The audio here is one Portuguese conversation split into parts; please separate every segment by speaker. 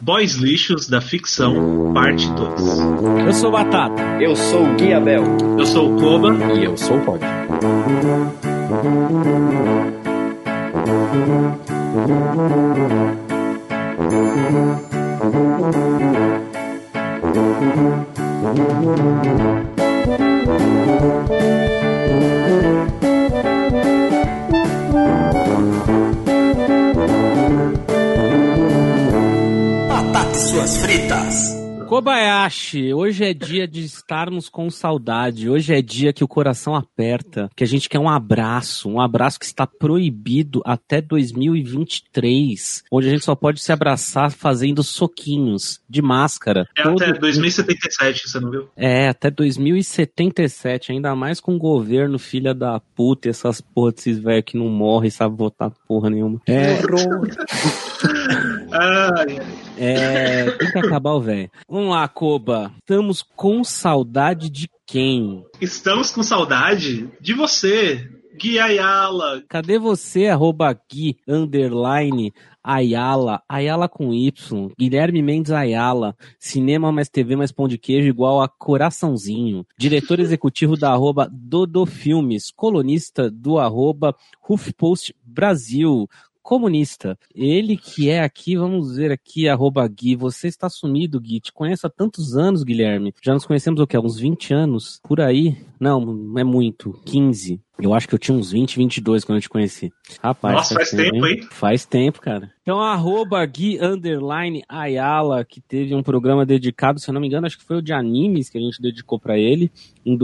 Speaker 1: Boys Lixos da Ficção, parte 2.
Speaker 2: Eu sou o Batata.
Speaker 3: Eu sou o Gui Abel.
Speaker 1: Eu sou o Koba.
Speaker 3: E eu sou o Pod.
Speaker 4: Batata e suas fritas.
Speaker 2: Kobayashi, hoje é dia de estarmos com saudade. Hoje é dia que o coração aperta, que a gente quer um abraço, um abraço que está proibido até 2023, onde a gente só pode se abraçar fazendo soquinhos de máscara.
Speaker 1: É
Speaker 2: Todo-
Speaker 1: até 2077, você não viu?
Speaker 2: É, até 2077, ainda mais com o governo filha da puta e essas porra desses velhos que não morrem, sabe votar porra nenhuma. É,
Speaker 1: Ah,
Speaker 2: É, tem que acabar o velho. Vamos lá, Koba. Estamos com saudade de quem?
Speaker 1: estamos com saudade de você, Gui Ayala.
Speaker 2: Cadê você, arroba Gui, underline, Ayala, Ayala com Y, Guilherme Mendes Ayala, cinema mais TV mais pão de queijo igual a coraçãozinho, diretor executivo da arroba Dodo Filmes, colunista do arroba HuffPost Brasil, comunista. Ele que é aqui, vamos ver aqui, arroba Gui. Você está sumido, Gui. Te conheço há tantos anos, Guilherme. Já nos conhecemos o quê? Uns 20 anos? Por aí? Não, não é muito. 15. Eu acho que eu tinha uns 20, 22 quando eu te conheci. Rapaz,
Speaker 1: Nossa, faz tempo, hein?
Speaker 2: Faz tempo, cara. Então, arroba Gui Underline Ayala, que teve um programa dedicado, se eu não me engano, acho que foi o de animes que a gente dedicou pra ele em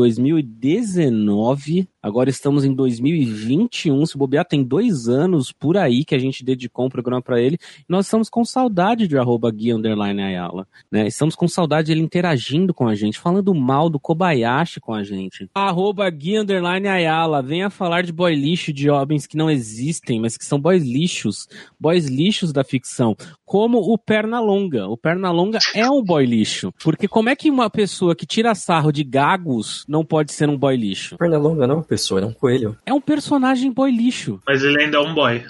Speaker 2: 2019. Agora estamos em 2021. Se bobear, tem dois anos por aí que a gente dedicou um programa pra ele. Nós estamos com saudade de arroba Gui Underline Ayala. Né? Estamos com saudade dele interagindo com a gente, falando mal do Kobayashi com a gente. Arroba Gui Underline Ayala. Venha falar de boy lixo, de homens que não existem, mas que são boys lixos. Boys lixos da ficção. Como o Pernalonga. O Pernalonga é um boy lixo. Porque como é que uma pessoa que tira sarro de gagos não pode ser um boy lixo?
Speaker 3: Pernalonga não é uma pessoa, ele é um coelho.
Speaker 2: É um personagem boy lixo.
Speaker 1: Mas ele ainda é um boy.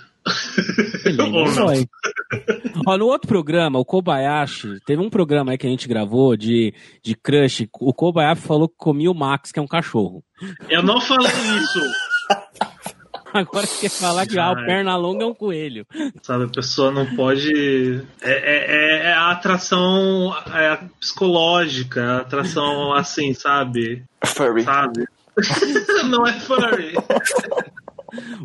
Speaker 2: Ele ainda
Speaker 1: Ou não.
Speaker 2: dói. Ó, no outro programa, o Kobayashi, teve um programa aí que a gente gravou de, de crush. O Kobayashi falou que comia o Max, que é um cachorro.
Speaker 1: Eu não falei isso.
Speaker 2: Agora quer falar que ah, o
Speaker 1: Ai.
Speaker 2: Pernalonga é um coelho.
Speaker 1: Sabe, a pessoa não pode. É, é- é- é a atração é, psicológica, é a atração assim, sabe?
Speaker 4: Furry.
Speaker 1: Sabe? não é furry.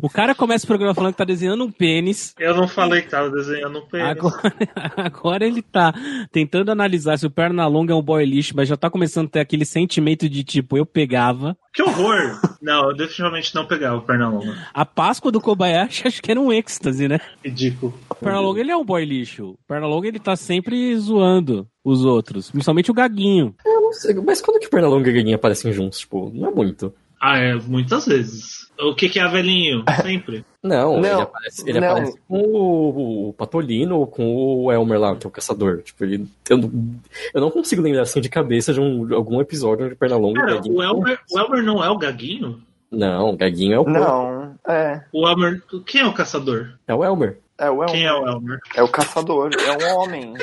Speaker 2: O cara começa o programa falando que tá desenhando um pênis.
Speaker 1: Eu não falei que tava desenhando um pênis.
Speaker 2: Agora, agora ele tá tentando analisar se o Pernalonga é um boy lixo, mas já tá começando a ter aquele sentimento de tipo, eu pegava.
Speaker 1: Que horror! Não, eu definitivamente não pegava o Pernalonga.
Speaker 2: A Páscoa do Kobayashi acho que era um êxtase, né?
Speaker 1: Ridículo.
Speaker 2: Pernalonga ele é um boy lixo. O Pernalonga ele tá sempre zoando os outros, principalmente o Gaguinho.
Speaker 3: Eu não sei, mas quando que Pernalonga e Gaguinha aparecem juntos? Tipo, não é muito.
Speaker 1: Ah, é, muitas vezes. O que, que é velhinho? Sempre.
Speaker 3: Não,
Speaker 5: Não,
Speaker 3: ele, aparece, ele
Speaker 5: não.
Speaker 3: aparece com o, o Patolino ou com o Elmer lá, que é o caçador. Tipo, ele, eu, não- eu não consigo lembrar assim de cabeça de, um- de algum episódio onde
Speaker 5: É
Speaker 3: Pernalonga e
Speaker 1: Cara,
Speaker 3: Gaguinha.
Speaker 1: o Elmer, o Elmer não é o Gaguinho?
Speaker 3: Não, Gaguinha é o,
Speaker 5: Não, é.
Speaker 1: O Elmer. Quem é o caçador?
Speaker 3: é o Elmer.
Speaker 5: É o, é,
Speaker 1: Quem é o Elmer?
Speaker 5: é o caçador, é um homem.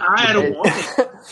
Speaker 1: Ah, era um homem?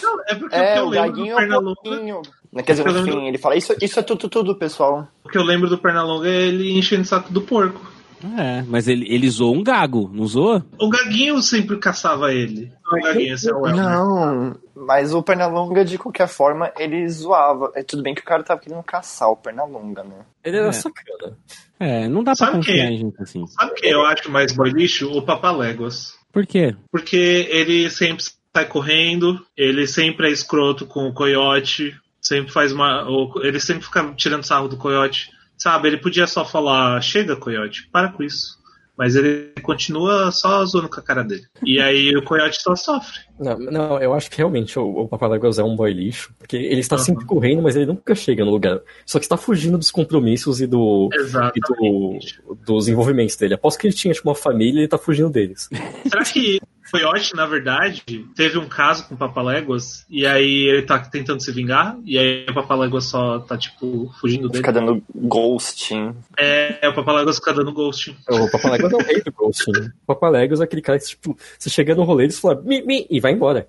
Speaker 1: Não, é porque o que
Speaker 5: É,
Speaker 1: eu
Speaker 5: o
Speaker 1: lembro do
Speaker 5: gaguinho é um
Speaker 1: Pernalonga.
Speaker 5: pouquinho. Quer dizer, no fim, ele fala, isso, isso é tudo, tudo, pessoal.
Speaker 1: O que eu lembro do Pernalonga é ele enchendo o saco do porco.
Speaker 2: É, mas ele, ele zoou um gago, não zoou?
Speaker 1: O Gaguinho sempre caçava ele. Não, o Gaguinho, esse é o Elmer.
Speaker 5: Não, mas o Pernalonga, de qualquer forma, ele zoava. É tudo bem que o cara tava querendo caçar o Pernalonga, né?
Speaker 3: Ele era
Speaker 2: É.
Speaker 3: sacana.
Speaker 2: É, não dá pra
Speaker 1: Sabe
Speaker 2: confiar
Speaker 1: quem?
Speaker 2: em gente assim.
Speaker 1: Sabe quem eu acho mais boy lixo? O Papaléguas.
Speaker 2: Por quê?
Speaker 1: Porque ele sempre sai correndo, ele sempre é escroto com o coiote, sempre faz uma. o- Ele sempre fica tirando sarro do coiote. Sabe, ele podia só falar, chega, coiote, para com isso. Mas ele continua só zoando com a cara dele. E aí o coiote só sofre.
Speaker 3: Não, não, eu acho que realmente o, o Papaléguas é um boy lixo, porque ele está
Speaker 1: Aham.
Speaker 3: sempre correndo, mas ele nunca chega no lugar. Só que está fugindo dos compromissos e, do,
Speaker 1: É
Speaker 3: e do-
Speaker 1: Exatamente.
Speaker 3: dos envolvimentos dele. Aposto que ele tinha tipo, uma família e ele tá fugindo deles.
Speaker 1: Será que Coyote, na verdade, teve um caso com o Papaléguas, e aí ele tá tentando se vingar, e aí o Papaléguas só tá, tipo, fugindo dele.
Speaker 5: Fica dando ghosting.
Speaker 1: É, o Papaléguas fica dando ghost.
Speaker 3: O Papaléguas é o rei do Ghost. né? O Papaléguas é aquele cara que, tipo, você chega no rolê, ele fala mi, mi, e vai embora.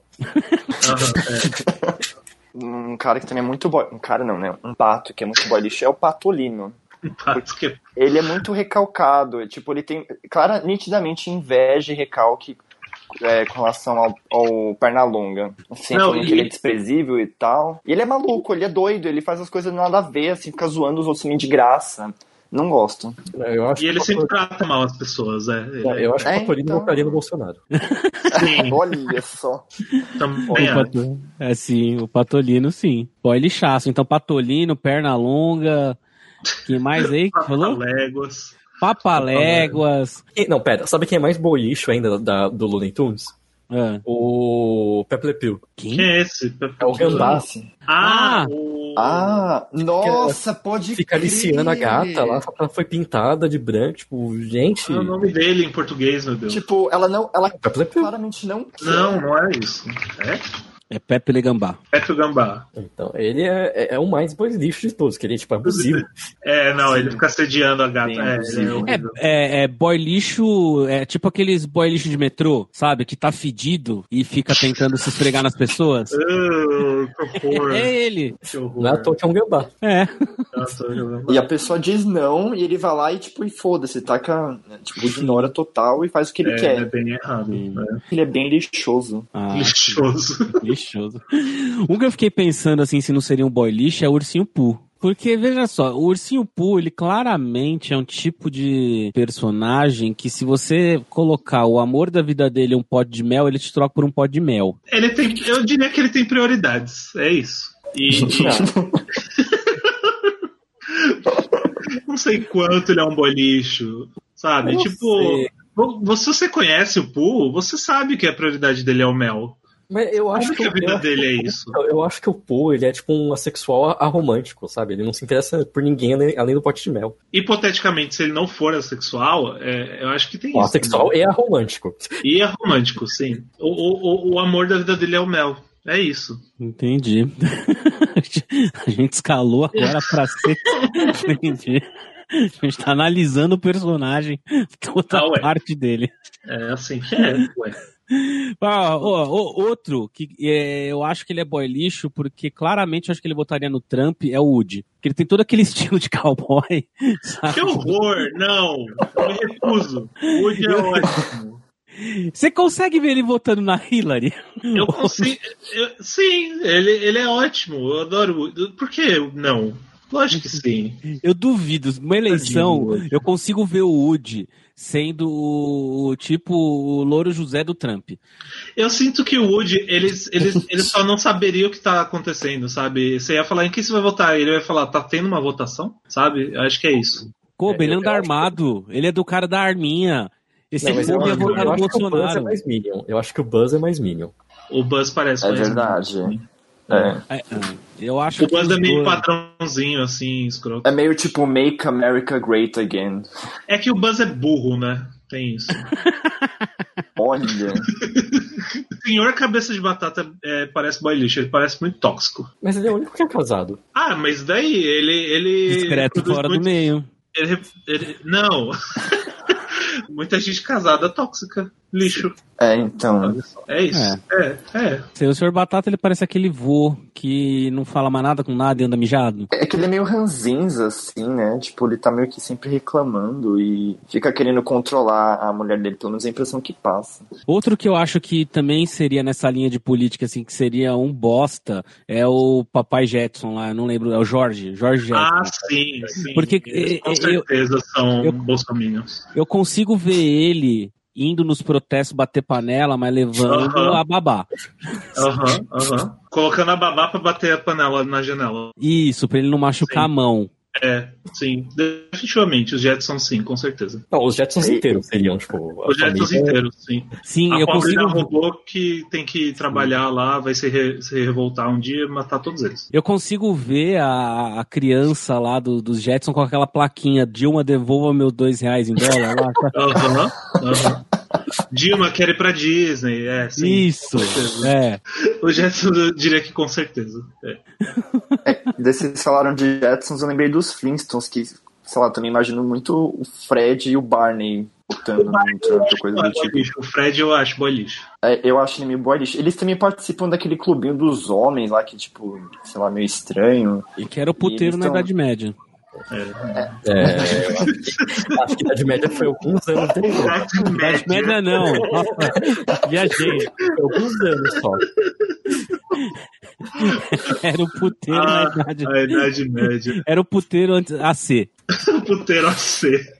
Speaker 5: Um cara que também é muito boy. Um cara não, né? Um pato que é muito boy lixo é o Patolino.
Speaker 1: que
Speaker 5: Ele é muito recalcado. é, Tipo, ele tem. Clara, nitidamente inveja e recalque é, com relação ao, ao Pernalonga. Assim,
Speaker 1: Não,
Speaker 5: falando
Speaker 1: e-
Speaker 5: que ele é desprezível e tal. E ele é maluco, ele é doido, ele faz as coisas nada a ver, assim, fica zoando os outros assim, de graça. Não gosto.
Speaker 3: Eu acho
Speaker 1: E ele
Speaker 3: que o
Speaker 1: sempre
Speaker 3: Patolino-
Speaker 1: trata mal as pessoas, é. Ele-
Speaker 3: Eu acho que o
Speaker 5: É,
Speaker 3: Patolino
Speaker 5: então.
Speaker 3: votaria no Bolsonaro.
Speaker 1: Sim,
Speaker 5: Olha só.
Speaker 1: também
Speaker 2: o
Speaker 1: acho.
Speaker 2: Pato- É sim, o Patolino sim. Boy lixaço. Então, Patolino, perna longa. Quem mais aí que
Speaker 1: Tá,
Speaker 2: falou?
Speaker 1: Papaléguas.
Speaker 2: Papaléguas.
Speaker 3: E- não, pera, sabe quem é mais boicho ainda da, do Looney Tunes?
Speaker 2: Ah,
Speaker 3: O Peplepil.
Speaker 1: Quem
Speaker 2: quem?
Speaker 1: é esse?
Speaker 3: É o Gambá.
Speaker 1: Ah,
Speaker 2: Ah.
Speaker 1: o...
Speaker 5: Ah, nossa, pode
Speaker 3: Fica aliciando a gata lá, ela foi pintada de branco, tipo, gente.
Speaker 1: é o nome dele em português, meu Deus.
Speaker 5: Tipo, ela não. Ela
Speaker 3: Peplepil.
Speaker 5: claramente não quer.
Speaker 1: Não, não é isso. É?
Speaker 2: É Pepe Legambá.
Speaker 1: Pepe o Gambá.
Speaker 3: Então, ele é, é- é o mais boi lixo de todos, que ele é, tipo, abusivo.
Speaker 1: É, não, ele fica sediando a gata.
Speaker 5: Sim,
Speaker 1: é,
Speaker 5: sim.
Speaker 1: ele é
Speaker 2: É,
Speaker 1: horrível.
Speaker 2: é, é boy lixo, é tipo aqueles boy lixo de metrô, sabe? Que tá fedido e fica tentando se esfregar nas pessoas.
Speaker 1: Ah, que horror.
Speaker 2: É ele.
Speaker 1: Que horror.
Speaker 3: Não é à toa que é um gambá.
Speaker 2: É.
Speaker 1: Nossa, eu-
Speaker 5: E a pessoa diz não, e ele vai lá e, tipo, e foda-se, taca, né, tipo, ignora total e faz o que ele
Speaker 1: É, é
Speaker 5: quer.
Speaker 1: bem errado. né?
Speaker 5: Ele é bem lixoso.
Speaker 2: Ah,
Speaker 1: Lixoso.
Speaker 2: lixoso. Um que eu fiquei pensando assim, se não seria um boy lixo, é o ursinho Poo. Porque, veja só, o Ursinho Poo, ele claramente é um tipo de personagem que se você colocar o amor da vida dele em um pote de mel, ele te troca por um pote de mel.
Speaker 1: Ele tem, eu diria que ele tem prioridades, é isso. E, e- não sei quanto ele é um bolicho, sabe?
Speaker 3: Não
Speaker 1: tipo,
Speaker 3: sei.
Speaker 1: vo- vo- se você conhece o Poo, você sabe que a prioridade dele é o mel.
Speaker 3: Mas eu acho
Speaker 1: Como que a
Speaker 3: eu- eu
Speaker 1: vida
Speaker 3: acho
Speaker 1: dele
Speaker 3: que-
Speaker 1: é isso?
Speaker 3: Eu- Eu acho que o Poe, ele é tipo um assexual aromântico, sabe? Ele não se interessa por ninguém ale- além do pote de mel.
Speaker 1: Hipoteticamente, se ele não for assexual, é, eu acho que tem
Speaker 3: O
Speaker 1: isso.
Speaker 3: assexual é aromântico.
Speaker 1: E é romântico, sim. O, o, o- o amor da vida dele é o mel. É isso.
Speaker 2: Entendi. A gente escalou agora pra ser. Entendi. A gente tá analisando o personagem,
Speaker 1: Ah,
Speaker 2: toda a
Speaker 1: ué.
Speaker 2: parte dele.
Speaker 1: É assim que é. Ué.
Speaker 2: Ah, ó, ó, outro que é, eu acho que ele é boy lixo, porque claramente eu acho que ele votaria no Trump, é o Woody. Porque ele tem todo aquele estilo de cowboy, sabe?
Speaker 1: Que horror! Não! Eu me recuso. Woody é ótimo.
Speaker 2: Você consegue ver ele votando na Hillary?
Speaker 1: Eu consigo. eu- sim, ele, ele é ótimo. Eu adoro o Woody. Por que não? Lógico que sim.
Speaker 2: Eu duvido. Uma eleição, eu consigo ver o Woody sendo o, o tipo o Louro José do Trump.
Speaker 1: Eu sinto que o Woody, eles, eles, eles só não saberiam o que tá acontecendo, sabe? Você ia falar em quem você vai votar? Ele vai falar, tá tendo uma votação? Sabe? Eu acho que é isso.
Speaker 2: Kobe,
Speaker 3: É,
Speaker 2: ele
Speaker 3: eu-
Speaker 2: anda
Speaker 3: eu acho que-
Speaker 2: armado. Ele é do cara da arminha. Esse
Speaker 3: Não, mas eu,
Speaker 2: povo ia
Speaker 3: acho,
Speaker 2: votar
Speaker 3: eu
Speaker 2: no
Speaker 3: acho que o Buzz é
Speaker 2: Bolsonaro.
Speaker 3: mais Minion. Eu acho que o Buzz é mais Minion.
Speaker 1: O Buzz parece
Speaker 5: É
Speaker 1: mais- um
Speaker 5: verdade. É.
Speaker 2: É, é. Eu acho
Speaker 1: O
Speaker 2: que.
Speaker 1: Buzz
Speaker 2: os
Speaker 1: é meio
Speaker 2: dois-
Speaker 1: padrãozinho, assim, escroto.
Speaker 5: É meio tipo Make America Great Again.
Speaker 1: É que o Buzz é burro, né? Tem isso.
Speaker 5: Olha.
Speaker 1: O senhor cabeça de batata é, parece boy lixo, ele parece muito tóxico.
Speaker 3: Mas ele é o único que é casado.
Speaker 1: Ah, mas daí ele. ele
Speaker 2: Discreto
Speaker 1: produz
Speaker 2: fora do
Speaker 1: muito-
Speaker 2: meio.
Speaker 1: ele- ele- não! Muita gente casada tóxica. Lixo.
Speaker 5: É, então.
Speaker 1: Olha só. É isso. É, é.
Speaker 2: Sei, O senhor Batata, ele parece aquele vô que não fala mais nada com nada e anda mijado.
Speaker 5: É que ele é meio ranzinza, assim, né? Tipo, ele tá meio que sempre reclamando e fica querendo controlar a mulher dele, pelo menos é a impressão que passa.
Speaker 2: Outro que eu acho que também seria nessa linha de política, assim, que seria um bosta, é o Papai Jetson lá, eu não lembro, é o Jorge, Jorge Jetson.
Speaker 1: Ah, sim, sim.
Speaker 2: Porque,
Speaker 1: Eles, com
Speaker 2: eh, eu-
Speaker 1: certeza são
Speaker 2: eu-
Speaker 1: bolsominions.
Speaker 2: Eu consigo ver ele indo nos protestos bater panela, mas levando
Speaker 1: Aham.
Speaker 2: a babá.
Speaker 1: Aham, aham. Colocando a babá pra bater a panela na janela.
Speaker 2: Isso, pra ele não
Speaker 1: Sim.
Speaker 2: machucar a mão.
Speaker 1: É, sim. Definitivamente, os Jetsons sim, com certeza.
Speaker 3: Não, os Jetsons
Speaker 5: E-
Speaker 3: inteiros seriam, tipo. a
Speaker 1: Os Jetsons
Speaker 3: família-
Speaker 1: inteiros, sim.
Speaker 2: é- Sim,
Speaker 1: a
Speaker 2: eu
Speaker 1: pobre
Speaker 2: consigo
Speaker 1: da robô que tem que trabalhar lá, vai se, re- se revoltar um dia e matar todos eles.
Speaker 2: Eu consigo ver a, a criança lá do- dos Jetson com aquela plaquinha Dilma, devolva meus dois reais em dólar lá.
Speaker 1: Aham, aham. Dilma quer ir pra Disney, é, sim.
Speaker 2: Isso,
Speaker 1: com certeza.
Speaker 2: é.
Speaker 1: O Jetson eu diria que com certeza. É.
Speaker 5: É, Desses falaram de Jetsons, eu lembrei dos Flintstones, que, sei lá, também imagino muito o Fred e o Barney lutando muito, outra coisa do
Speaker 1: Boy
Speaker 5: tipo.
Speaker 1: lixo. O Fred eu acho boy lixo.
Speaker 5: É, eu acho ele meio boy lixo. Eles também participam daquele clubinho dos homens lá, que, tipo, sei lá, meio estranho.
Speaker 2: E que era o puteiro
Speaker 5: Eles
Speaker 2: na
Speaker 5: tão-
Speaker 2: Idade Média.
Speaker 3: É, eu acho que- acho que a Idade Média foi alguns anos depois.
Speaker 2: Idade Média não. Nossa, viajei.
Speaker 3: Foi alguns anos só.
Speaker 2: Era o puteiro na
Speaker 1: Ah,
Speaker 2: Idade
Speaker 1: A Idade Média.
Speaker 2: Era o puteiro antes AC.
Speaker 1: O puteiro a ser.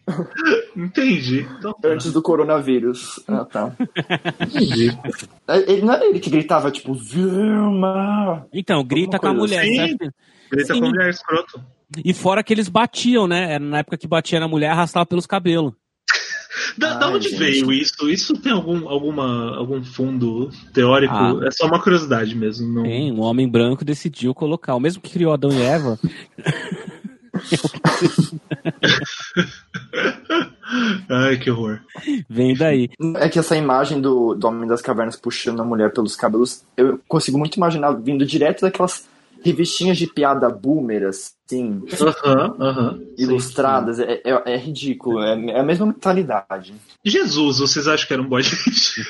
Speaker 1: Entendi. Então,
Speaker 5: Antes do coronavírus. Ah, tá.
Speaker 1: entendi.
Speaker 5: É, Ele, não era ele que gritava, tipo, Vilma!
Speaker 2: Então, grita
Speaker 5: Alguma
Speaker 2: com a
Speaker 5: coisa
Speaker 2: mulher.
Speaker 1: assim.
Speaker 2: certo?
Speaker 1: Grita
Speaker 2: Sim.
Speaker 1: com mulher escroto.
Speaker 2: E fora que eles batiam, né? Era na época que batia na mulher, arrastava pelos cabelos.
Speaker 1: Da, da
Speaker 5: Ai,
Speaker 1: onde
Speaker 5: gente.
Speaker 1: veio isso? Isso tem algum, alguma, algum fundo teórico?
Speaker 2: Ah.
Speaker 1: É só uma curiosidade mesmo. Não...
Speaker 2: Tem, um homem branco decidiu colocar. O mesmo que criou Adão e Eva.
Speaker 1: Ai, que horror.
Speaker 2: Vem daí.
Speaker 5: É que essa imagem do, do Homem das Cavernas puxando a mulher pelos cabelos, eu consigo muito imaginar vindo direto daquelas revistinhas de piada boomer, assim,
Speaker 1: Aham, aham.
Speaker 5: ilustradas. É, é, é ridículo, é, é a mesma mentalidade.
Speaker 1: Jesus, vocês acham que era um boy lixo?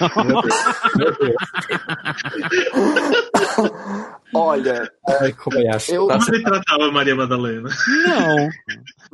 Speaker 5: Olha,
Speaker 3: Ai, como é acho.
Speaker 5: Eu-
Speaker 3: Tá,
Speaker 1: Como ele tratava a Maria Madalena?
Speaker 2: Não.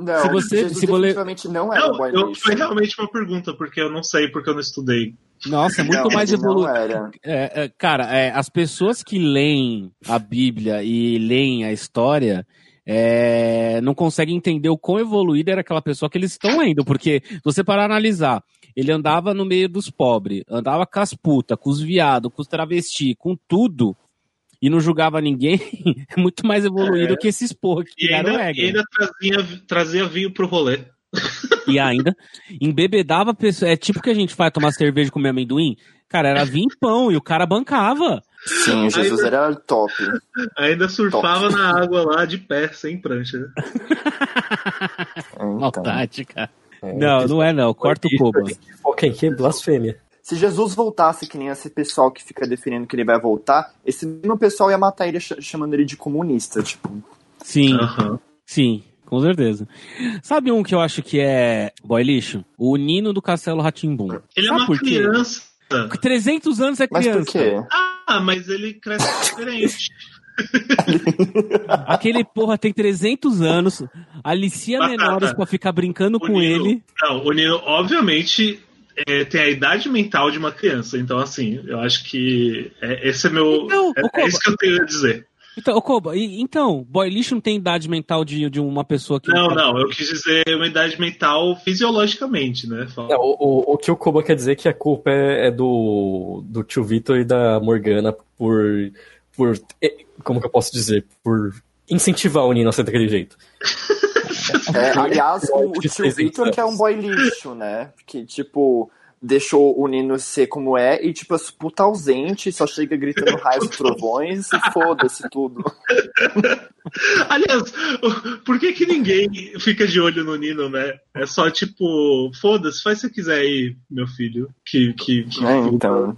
Speaker 5: não,
Speaker 2: Se você-
Speaker 5: Jesus
Speaker 2: se você-
Speaker 5: definitivamente não era um
Speaker 1: Não,
Speaker 5: boy
Speaker 1: eu,
Speaker 5: lixo.
Speaker 1: foi realmente uma pergunta, porque eu não sei, porque eu não estudei.
Speaker 2: Nossa, é muito
Speaker 5: Não,
Speaker 2: mais
Speaker 5: ele não
Speaker 2: evoluído.
Speaker 5: era.
Speaker 2: É, é, cara, é, as pessoas que leem a Bíblia e leem a história é, não conseguem entender o quão evoluída era aquela pessoa que eles estão lendo, porque se você parar pra analisar, ele andava no meio dos pobres, andava com as putas, com os viados, com os travestis, com tudo, e não julgava ninguém, é muito mais evoluído que esses porra que
Speaker 1: E
Speaker 2: criaram
Speaker 1: ainda,
Speaker 2: regra.
Speaker 1: e ainda trazia, trazia vinho pro rolê.
Speaker 2: E ainda, embebedava pessoas. É tipo que a gente faz tomar cerveja e comer amendoim. Cara, era vinho e pão, e o cara bancava.
Speaker 5: Sim, Jesus era top.
Speaker 1: Ainda surfava na água lá de pé, sem prancha. né?
Speaker 5: Então.
Speaker 2: Maldade, cara.
Speaker 3: é,
Speaker 2: Não, não é não. Corta o cobo.
Speaker 3: Foca em que? Blasfêmia.
Speaker 5: Se Jesus voltasse, que nem esse pessoal que fica definindo que ele vai voltar, esse mesmo pessoal ia matar ele ch- chamando ele de comunista, tipo.
Speaker 2: Sim,
Speaker 1: Aham.
Speaker 2: sim, com certeza. Sabe um que eu acho que é boy lixo? O Nino do Castelo Ratimbum.
Speaker 1: Ele é
Speaker 2: Sabe
Speaker 1: uma
Speaker 2: por quê?
Speaker 1: criança.
Speaker 2: 300 anos é
Speaker 5: Mas
Speaker 2: criança.
Speaker 5: por quê?
Speaker 1: Ah, mas ele cresce diferente.
Speaker 2: Aquele porra tem 300 anos, alicia menores pra ficar brincando
Speaker 1: O
Speaker 2: com
Speaker 1: Nino-
Speaker 2: ele.
Speaker 1: Não, o Nino, obviamente, é, tem a idade mental de uma criança. Então, assim, eu acho que é, esse é meu.
Speaker 2: Então,
Speaker 1: é-
Speaker 2: ô,
Speaker 1: é,
Speaker 2: Coba.
Speaker 1: isso que eu tenho a dizer.
Speaker 2: Então, ô, Koba, e- então, boy lixo não tem idade mental de, de uma pessoa que.
Speaker 1: Não, não, eu quis dizer uma idade mental fisiologicamente, né? Fala-
Speaker 3: Não, É, o, o- o que o Koba quer dizer é que a culpa é, é do, do tio Vitor e da Morgana por, por. eh, Como que eu posso dizer? Por incentivar o Nino a ser daquele jeito.
Speaker 5: É, aliás, o, o
Speaker 3: De
Speaker 5: tio
Speaker 3: 300
Speaker 5: Vitor que é um boy lixo, né? Que, tipo, deixou o Nino ser como é e, tipo, é puta ausente, só chega gritando raios trovões e foda-se tudo.
Speaker 1: Aliás, o- por que, que ninguém fica de olho no Nino, né? É só tipo, foda-se, faz o que você quiser aí, meu filho. Que, que, que
Speaker 5: Né? Então,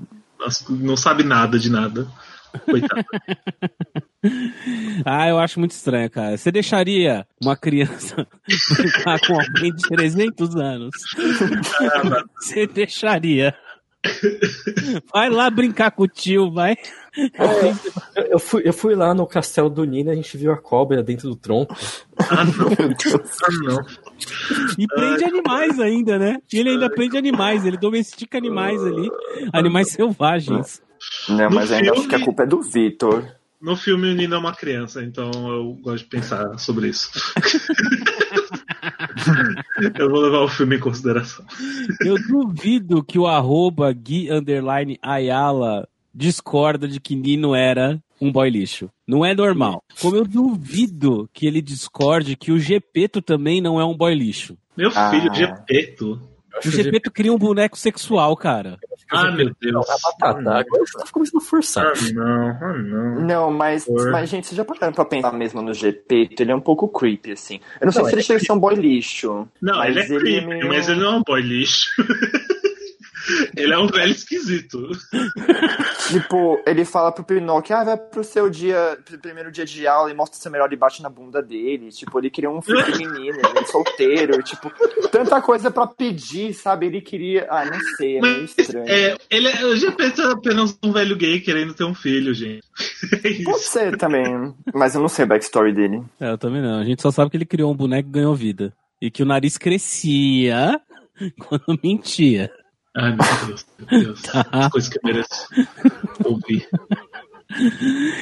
Speaker 1: não sabe nada de nada. Coitado.
Speaker 2: Ah, eu acho muito estranho, cara. Você deixaria uma criança brincar com alguém de 300 anos? Você deixaria. Vai lá brincar com o tio, vai.
Speaker 3: Eu, eu fui, eu fui lá no castelo do Nino e a gente viu a cobra dentro do tronco.
Speaker 1: Ah, não. Ah, não.
Speaker 2: E prende animais ainda, né? E ele ainda prende animais, ele domestica animais ali. Animais selvagens.
Speaker 5: né, mas
Speaker 1: No
Speaker 5: ainda acho
Speaker 1: filme-
Speaker 5: que a culpa é do Vitor.
Speaker 1: No filme o Nino é uma criança, então eu gosto de pensar sobre isso. eu vou levar o filme em consideração.
Speaker 2: Eu duvido que o arroba Gui Underline Ayala discorda de que Nino era um boy lixo. Não é normal. Como eu duvido que ele discorde que o Gepeto também não é um boy lixo.
Speaker 1: Meu
Speaker 5: Ah.
Speaker 1: filho, Gepeto.
Speaker 3: Eu acho
Speaker 2: O
Speaker 3: que
Speaker 2: Gepeto cria um boneco sexual, cara.
Speaker 1: Ah, meu Deus.
Speaker 3: é uma batata. Agora você tá começando a forçar.
Speaker 1: Ah, não, ah, não.
Speaker 5: Não, mas,
Speaker 1: Por-
Speaker 5: mas, gente, vocês já pararam pra pensar mesmo no GP? Ele é um pouco creepy, assim. Eu não sei
Speaker 3: Não,
Speaker 5: se ele chega a ser um boy lixo.
Speaker 1: Não,
Speaker 5: Mas
Speaker 1: ele é
Speaker 5: ele é
Speaker 1: creepy,
Speaker 5: meio-
Speaker 1: mas ele não é um boy lixo. Ele é um velho esquisito.
Speaker 5: Tipo, ele fala pro Pinocchio, ah, vai pro seu dia, pro primeiro dia de aula e mostra o seu melhor e bate na bunda dele. Tipo, ele queria um filho menino, ele é solteiro, tipo, tanta coisa pra pedir, sabe? Ele queria. Ah, não sei, é meio
Speaker 1: Mas
Speaker 5: estranho.
Speaker 1: é, ele é, eu já penso apenas um velho gay querendo ter um filho, gente. É
Speaker 5: Pode
Speaker 1: isso.
Speaker 5: ser também, mas eu não sei a backstory dele.
Speaker 2: É, eu também não. A gente só sabe que ele criou um boneco e ganhou vida. E que o nariz crescia quando mentia.
Speaker 1: Ai, meu Deus, meu Deus. As coisas que eu mereço ouvir.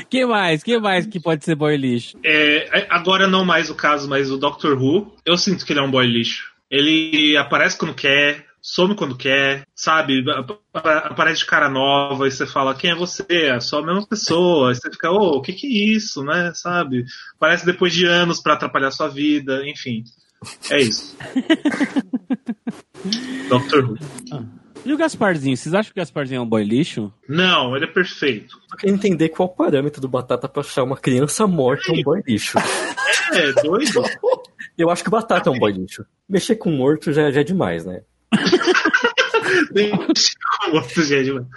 Speaker 2: Que mais? Que mais que pode ser boy lixo?
Speaker 1: É, é, agora não mais o caso, mas o Doctor Who, eu sinto que ele é um boy lixo. Ele aparece quando quer, some quando quer, sabe? Ap- ap- Aparece de cara nova e você fala, quem é você? É só a mesma pessoa. Aí você fica, ô, o que que é isso, né? Sabe? Aparece depois de anos pra atrapalhar sua vida, enfim. É isso. Doctor Who.
Speaker 2: E o Gasparzinho? Vocês acham que o Gasparzinho é um boy lixo?
Speaker 1: Não, ele é perfeito.
Speaker 3: Eu queria entender qual o parâmetro do Batata pra achar uma criança morta um boy lixo.
Speaker 1: É, doido.
Speaker 3: Eu acho que o Batata é um boy lixo. Mexer com morto já, já é demais, né?
Speaker 1: Nem com outro jeito, mano.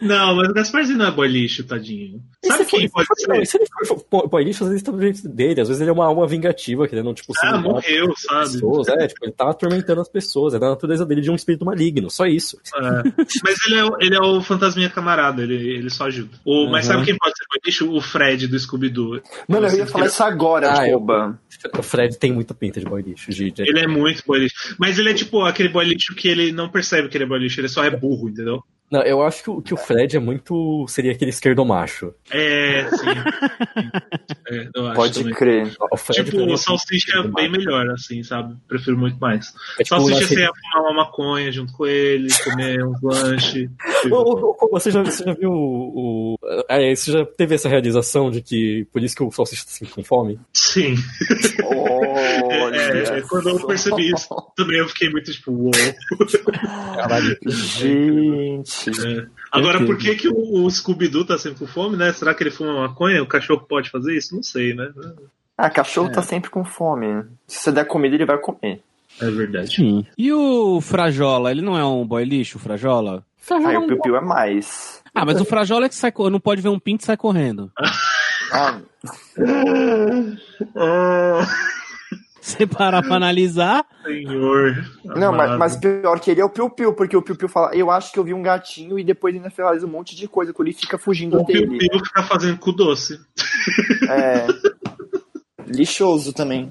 Speaker 1: Não, mas o Gasparzinho não é boy lixo, tadinho. Sabe quem pode
Speaker 3: Não,
Speaker 1: ser?
Speaker 3: e se ele for bo- boy lixo, às vezes tá do jeito dele. Às vezes ele é uma alma vingativa, querendo, tipo, se
Speaker 5: né?
Speaker 1: Ah,
Speaker 3: vingar
Speaker 1: morreu,
Speaker 3: das
Speaker 1: sabe?
Speaker 3: pessoas. É, tipo, ele tá atormentando as pessoas. É da natureza dele de um espírito maligno. Só isso.
Speaker 1: É. Mas ele é, o- ele é o fantasminha camarada, ele, ele só ajuda. O, Mas
Speaker 3: Uhum.
Speaker 1: sabe quem pode ser boy lixo? O Fred do Scooby-Doo.
Speaker 5: Mano, eu
Speaker 1: Você
Speaker 5: ia falar
Speaker 1: quer-
Speaker 5: isso agora, tipo,
Speaker 3: Ah, eu-
Speaker 5: Oba.
Speaker 3: O Fred tem muita pinta de boy lixo. De, de-
Speaker 1: Ele é muito boy lixo. Mas ele é tipo aquele boy lixo que ele não percebe que ele é boy lixo, ele só é burro, entendeu?
Speaker 3: Não, eu acho que, o- que o Fred é muito. seria aquele esquerdomacho.
Speaker 1: É, sim. É, eu acho
Speaker 5: Pode
Speaker 1: também.
Speaker 5: crer.
Speaker 3: O Fred, pra
Speaker 1: Tipo,
Speaker 3: mim, é
Speaker 1: o Salsicha é bem melhor, assim, sabe? Prefiro muito mais.
Speaker 3: é tipo,
Speaker 1: Só se
Speaker 3: lá,
Speaker 1: você
Speaker 3: assim,
Speaker 1: ia fumar uma maconha junto com ele, comer uns lanches. tipo,
Speaker 3: Ô,
Speaker 5: Oh.
Speaker 3: ô, ô, Você já, você já viu o. o- é, você já teve essa realização de que por isso que o salsicha tá assim com fome?
Speaker 1: Sim.
Speaker 5: Olha.
Speaker 1: É, é, quando eu percebi isso também, eu fiquei muito tipo, uou.
Speaker 3: Caralho.
Speaker 5: Gente.
Speaker 1: É. Agora, por que, que o, o Scooby-Doo tá sempre com fome, né? Será que ele fuma maconha? O cachorro pode fazer isso? Não sei, né?
Speaker 5: Ah, cachorro tá sempre com fome. Se você der comida, ele vai comer.
Speaker 1: É verdade.
Speaker 2: Sim. E o Frajola? Ele não é um boy lixo, o Frajola?
Speaker 5: Aí o Piu-Piu é mais.
Speaker 2: Ah, mas o Frajola é que sai, co- não pode ver um pinto e sai correndo.
Speaker 5: Ah,
Speaker 1: Oh,
Speaker 2: Você parar pra analisar,
Speaker 1: senhor.
Speaker 5: não, mas,
Speaker 1: amado.
Speaker 5: mas pior que ele é o Piu-Piu, porque o Piu-Piu fala, eu acho que eu vi um gatinho e depois ainda realiza um monte de coisa que ele fica fugindo
Speaker 1: O
Speaker 5: dele.
Speaker 1: Piu-Piu fica fazendo cu doce.
Speaker 5: É. Lixoso também.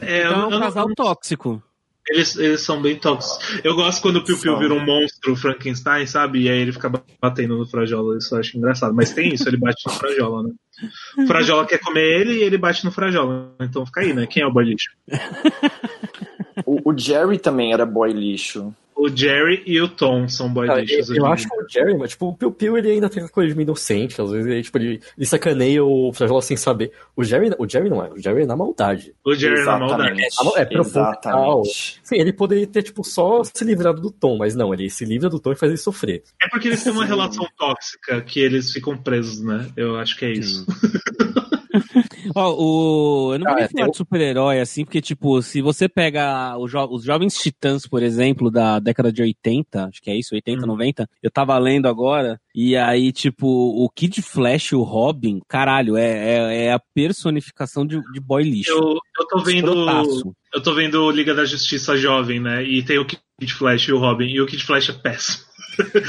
Speaker 1: É, eu-
Speaker 2: então é
Speaker 1: eu
Speaker 2: um
Speaker 1: não-
Speaker 2: casal tóxico.
Speaker 1: eles, eles são bem tóxicos. Eu gosto quando o Piu-Piu
Speaker 5: São.
Speaker 1: vira um monstro Frankenstein, sabe? E aí ele fica batendo no Frajola. Isso eu acho engraçado. Mas tem isso, ele bate no Frajola, né? O Frajola quer comer ele e ele bate no Frajola. Então fica aí, né? Quem é o boy lixo?
Speaker 5: O, o Jerry também era boy lixo.
Speaker 1: O Jerry e o Tom são boy
Speaker 3: Cara,
Speaker 1: lixos.
Speaker 3: eu,
Speaker 1: hoje
Speaker 3: eu
Speaker 1: em
Speaker 3: acho
Speaker 1: dia.
Speaker 3: o Jerry, mas tipo, o Piu Piu ele ainda tem aquela coisa de meio inocente, às vezes ele, tipo, ele, ele sacaneia o Frajola sem saber. O Jerry, o Jerry não é, o Jerry é na maldade.
Speaker 1: O Jerry na maldade.
Speaker 5: Exatamente.
Speaker 3: Ah, não, é profundo.
Speaker 5: Exatamente.
Speaker 3: Sim, ele poderia ter, tipo, só se livrado do Tom, mas não, ele se livra do Tom e faz ele sofrer.
Speaker 1: É porque eles têm uma relação tóxica que eles ficam presos, né? Eu acho que é isso.
Speaker 2: Ó, o... Eu não vou
Speaker 3: Ah,
Speaker 2: nem
Speaker 3: é,
Speaker 2: falar
Speaker 3: eu-
Speaker 2: de super-herói, assim, porque, tipo, se você pega os, jo- os Jovens Titãs, por exemplo, da década de 80, acho que é isso, 80,
Speaker 1: Hum.
Speaker 2: 90, eu tava lendo agora, e aí, tipo, o Kid Flash, o Robin, caralho, é, é, é a personificação de, de boy lixo.
Speaker 1: Eu, eu tô vendo.
Speaker 2: Escrotaço.
Speaker 1: Eu tô vendo Liga da Justiça Jovem, né? E tem o Kid Flash e o Robin. E o Kid Flash é péssimo.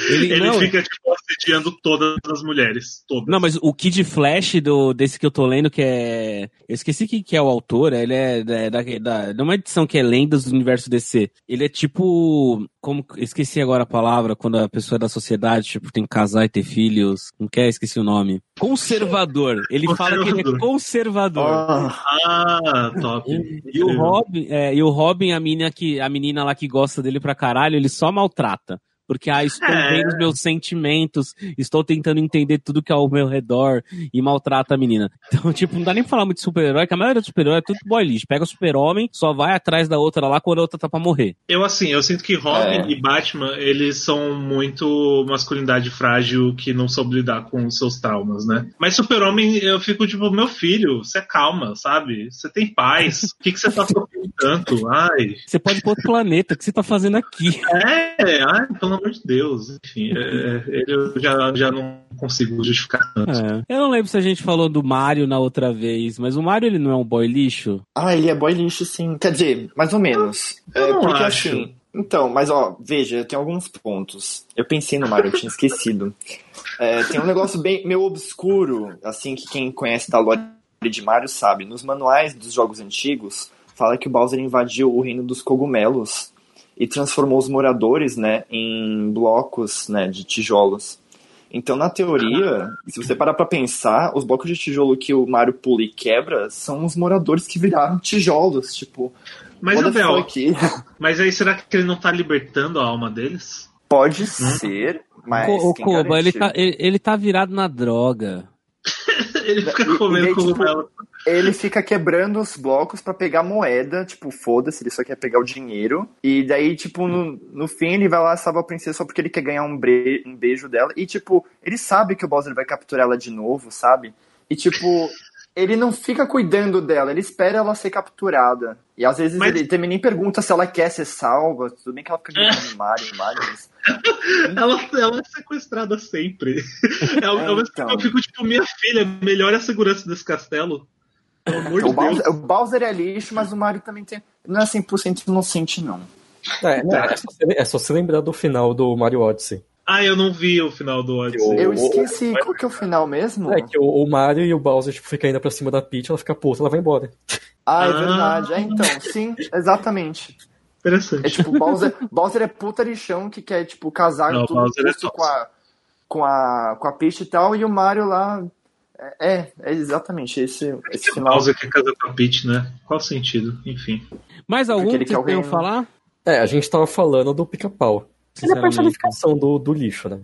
Speaker 2: Ele,
Speaker 1: Ele
Speaker 2: não, é.
Speaker 1: fica, tipo, assediando todas as mulheres. Todas.
Speaker 2: Não, mas o Kid Flash do, desse que eu tô lendo, que é. Eu esqueci quem que é o autor, ele é da, da, da, de uma edição que é Lendas do Universo DC. Ele é tipo. Como, esqueci agora a palavra, quando a pessoa é da sociedade, tipo, tem que casar e ter filhos. Não quer? Esqueci o nome. Conservador. Ele fala que ele é
Speaker 1: Conservador.
Speaker 2: conservador.
Speaker 5: Ah,
Speaker 1: Ah, top.
Speaker 2: E o, Robin, é, e o Robin, a menina, que, a menina lá que gosta dele pra caralho, ele só maltrata. Porque, ah, estou
Speaker 1: É.
Speaker 2: vendo os meus sentimentos, estou tentando entender tudo que é ao meu redor e maltrata a menina. Então, tipo, não dá nem pra falar muito de super-herói, que a maioria do super-herói é tudo boy lixo. Pega o super-homem, só vai atrás da outra lá quando a outra tá pra morrer.
Speaker 1: Eu, assim, eu sinto que Robin
Speaker 5: É.
Speaker 1: e Batman, eles são muito masculinidade frágil que não soube lidar com os seus traumas, né? Mas Super-Homem, eu fico tipo, meu filho, você calma, sabe? Você tem paz. O que, que você tá sofrendo tanto? Ai.
Speaker 2: Você pode ir pro outro planeta, o que você tá fazendo aqui?
Speaker 1: É, ai, pelo amor de Deus. Enfim, é, ele eu já, já não consigo justificar tanto.
Speaker 2: É. Eu não lembro se a gente falou do Mario na outra vez, mas o Mario ele não é um boy lixo?
Speaker 5: Ah, ele é boy lixo, sim. Quer dizer, mais ou menos.
Speaker 1: Ah, Eu
Speaker 5: é,
Speaker 1: não
Speaker 5: porque
Speaker 1: acho.
Speaker 5: assim. Então, mas ó, veja, tem alguns pontos. Eu pensei no Mario, eu tinha esquecido. É, tem um negócio bem meio obscuro, assim, que quem conhece da lore de Mario sabe. Nos manuais dos jogos antigos, fala que o Bowser invadiu o reino dos cogumelos e transformou os moradores, né, em blocos, né, de tijolos. Então, na teoria, se você parar pra pensar, os blocos de tijolo que o Mario pula e quebra são os moradores que viraram tijolos, tipo...
Speaker 1: Mas,
Speaker 5: what the
Speaker 1: Abel,
Speaker 5: fuck?
Speaker 1: mas aí será que ele não tá libertando a alma deles?
Speaker 5: Pode ser, mas.
Speaker 2: Co- o
Speaker 5: quem
Speaker 2: Koba, ele
Speaker 5: garante?
Speaker 2: tá, ele, ele tá virado na droga.
Speaker 1: Ele
Speaker 5: E-
Speaker 1: fica
Speaker 5: e
Speaker 1: comendo
Speaker 5: daí, tipo,
Speaker 1: cogumelo.
Speaker 5: Ele fica quebrando os blocos pra pegar moeda, tipo, foda-se, ele só quer pegar o dinheiro. E daí, tipo, no, no fim ele vai lá salvar a princesa só porque ele quer ganhar um, bre- um beijo dela. E, tipo, ele sabe que o Bowser vai capturar ela de novo, sabe? E, tipo, ele não fica cuidando dela, ele espera ela ser capturada. E às vezes
Speaker 1: Mas- É.
Speaker 5: ele também nem pergunta se ela quer ser salva. Tudo bem que ela fica gritando Mario, Mario. mas-
Speaker 1: Ela, ela é sequestrada sempre. É, ao, ao mesmo
Speaker 5: então.
Speaker 1: tempo eu fico tipo, minha filha, melhore a segurança desse castelo. Pelo amor
Speaker 5: O
Speaker 1: de Deus.
Speaker 5: Bowser, o Bowser é lixo, mas o Mario também tem. Não é 100% inocente, não.
Speaker 3: É, é só se- é só se lembrar do final do Mario Odyssey.
Speaker 1: Ah, eu não vi o final do Odyssey.
Speaker 5: Eu
Speaker 3: O-
Speaker 5: esqueci. Qual que é o final mesmo?
Speaker 3: É que o, o Mario e o Bowser tipo, ficam indo pra cima da Peach, ela fica puta, ela vai embora.
Speaker 5: Ah, é
Speaker 1: Ah.
Speaker 5: verdade. É, então, sim, exatamente.
Speaker 1: Interessante.
Speaker 5: É tipo, Bowser, Bowser é puta lixão que quer, tipo, casar
Speaker 1: Não,
Speaker 5: tudo
Speaker 1: Bowser é
Speaker 5: isso com a, com a com a Peach e tal, e o Mario lá. É, é exatamente esse, esse final.
Speaker 1: Bowser quer casar com a Peach, né? Qual o sentido? Enfim.
Speaker 2: Mais algum
Speaker 5: Porque ele
Speaker 2: que
Speaker 5: quer né?
Speaker 2: vocês tenham
Speaker 5: alguém-
Speaker 2: falar?
Speaker 3: É, a gente tava falando do pica-pau. Ele é a
Speaker 2: Sinceramente.
Speaker 3: personificação do, do lixo, né?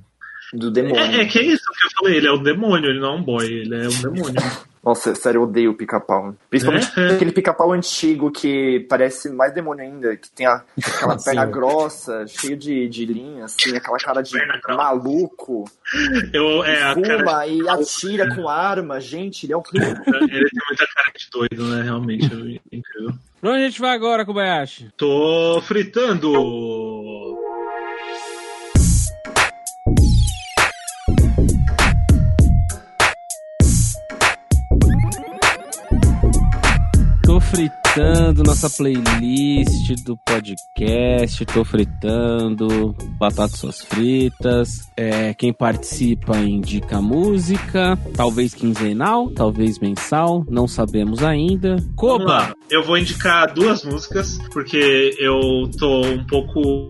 Speaker 5: do
Speaker 1: É,
Speaker 5: demônio.
Speaker 1: é que é isso que eu falei, ele é um demônio, ele não é um boy, ele é um demônio.
Speaker 5: Nossa, sério, eu odeio o pica-pau. Principalmente
Speaker 1: É?
Speaker 5: aquele pica-pau antigo que parece mais demônio ainda, que tem a- aquela
Speaker 3: Sim.
Speaker 5: perna grossa, cheia de, de linha, assim, aquela cara de
Speaker 1: Perna grossa.
Speaker 5: maluco,
Speaker 1: Eu, é, a
Speaker 5: fuma
Speaker 1: cara,
Speaker 5: e atira com arma. Gente, ele é horrível.
Speaker 1: ele tem muita cara de doido, né? Realmente, é incrível.
Speaker 2: Pra onde a gente vai agora, Kobayashi?
Speaker 1: Tô fritando!
Speaker 2: Tô fritando nossa playlist do podcast, tô fritando batatas suas fritas. É, quem participa indica música, talvez quinzenal, talvez mensal, não sabemos ainda.
Speaker 1: Vamos
Speaker 2: Koba,
Speaker 1: lá. Eu vou indicar duas músicas, porque eu tô um pouco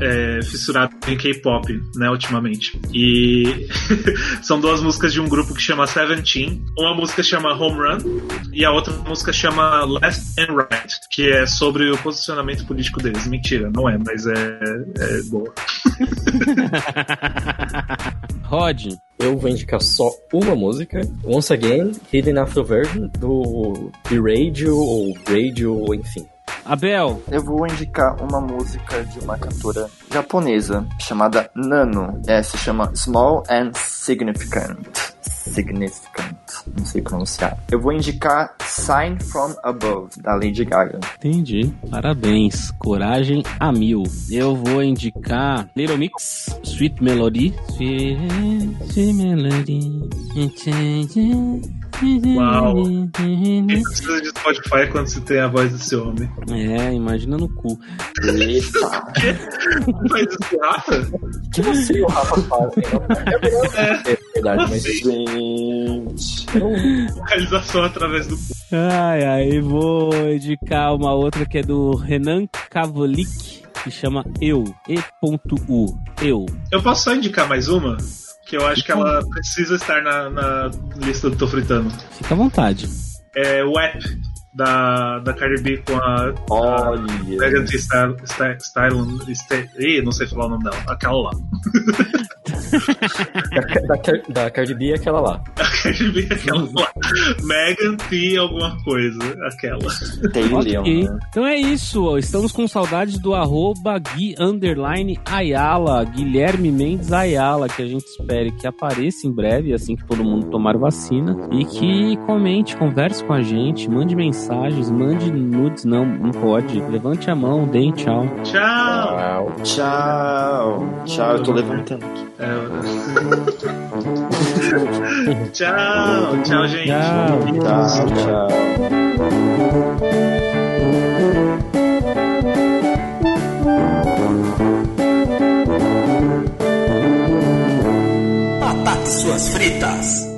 Speaker 1: é, fissurado em K-pop, né, ultimamente. E são duas músicas de um grupo que chama Seventeen. Uma música chama Home Run e a outra música chama Left and Right, que é sobre o posicionamento político deles. Mentira, não é, mas é, é boa.
Speaker 2: Rod,
Speaker 3: Eu vou indicar só uma música. Once Again, Hidden After Version, do The Radio, ou Radio, enfim.
Speaker 2: Abel,
Speaker 5: Eu vou indicar uma música de uma cantora japonesa chamada Nano. É, se chama Small and Significant. Significant. Não sei pronunciar. Eu vou indicar Sign from Above, da Lady Gaga.
Speaker 2: Entendi. Parabéns. Coragem a mil. Eu vou indicar Little Mix, Sweet Melody. Sweet, sweet Melody.
Speaker 1: Uau. Quem precisa de Spotify quando se tem a voz desse homem?
Speaker 2: É, imagina no cu.
Speaker 5: Eita.
Speaker 1: Mas esse Rafa?
Speaker 3: que você e o Rafa fazem? É verdade, mas
Speaker 5: Gente.
Speaker 3: eu não
Speaker 1: Localização através do.
Speaker 2: Ai, ai, vou indicar uma outra que é do Renan Cavolic. Que chama Eu, E.U. Eu.
Speaker 1: Eu posso só indicar mais uma? Que eu acho que ela precisa estar na, na lista do Tô Fritando.
Speaker 2: Fica à vontade.
Speaker 1: É o app da, da Cardi B com a
Speaker 5: Olha.
Speaker 1: Megan Thee Stallion. Sta- Stallion- Sta- Ih, não sei falar o nome dela. Aquela lá.
Speaker 3: Da, Car- da Cardi B é aquela lá.
Speaker 1: Cardi B, aquela lá. Megan T alguma coisa, aquela.
Speaker 5: Taylor,
Speaker 2: Ok.
Speaker 5: né?
Speaker 2: Então é isso. Estamos com saudades do arroba Gui underline Ayala, Guilherme Mendes Ayala, que a gente espere que apareça em breve, assim que todo mundo tomar vacina. E que comente, converse com a gente, mande mensagens, mande nudes, não, não pode. Levante a mão, dê tchau.
Speaker 1: Tchau!
Speaker 3: Uau.
Speaker 5: Tchau. Tchau, eu tô levantando aqui.
Speaker 1: É. tchau, tchau, gente.
Speaker 2: Tchau.
Speaker 5: Tchau, tchau.
Speaker 4: Batata e suas fritas.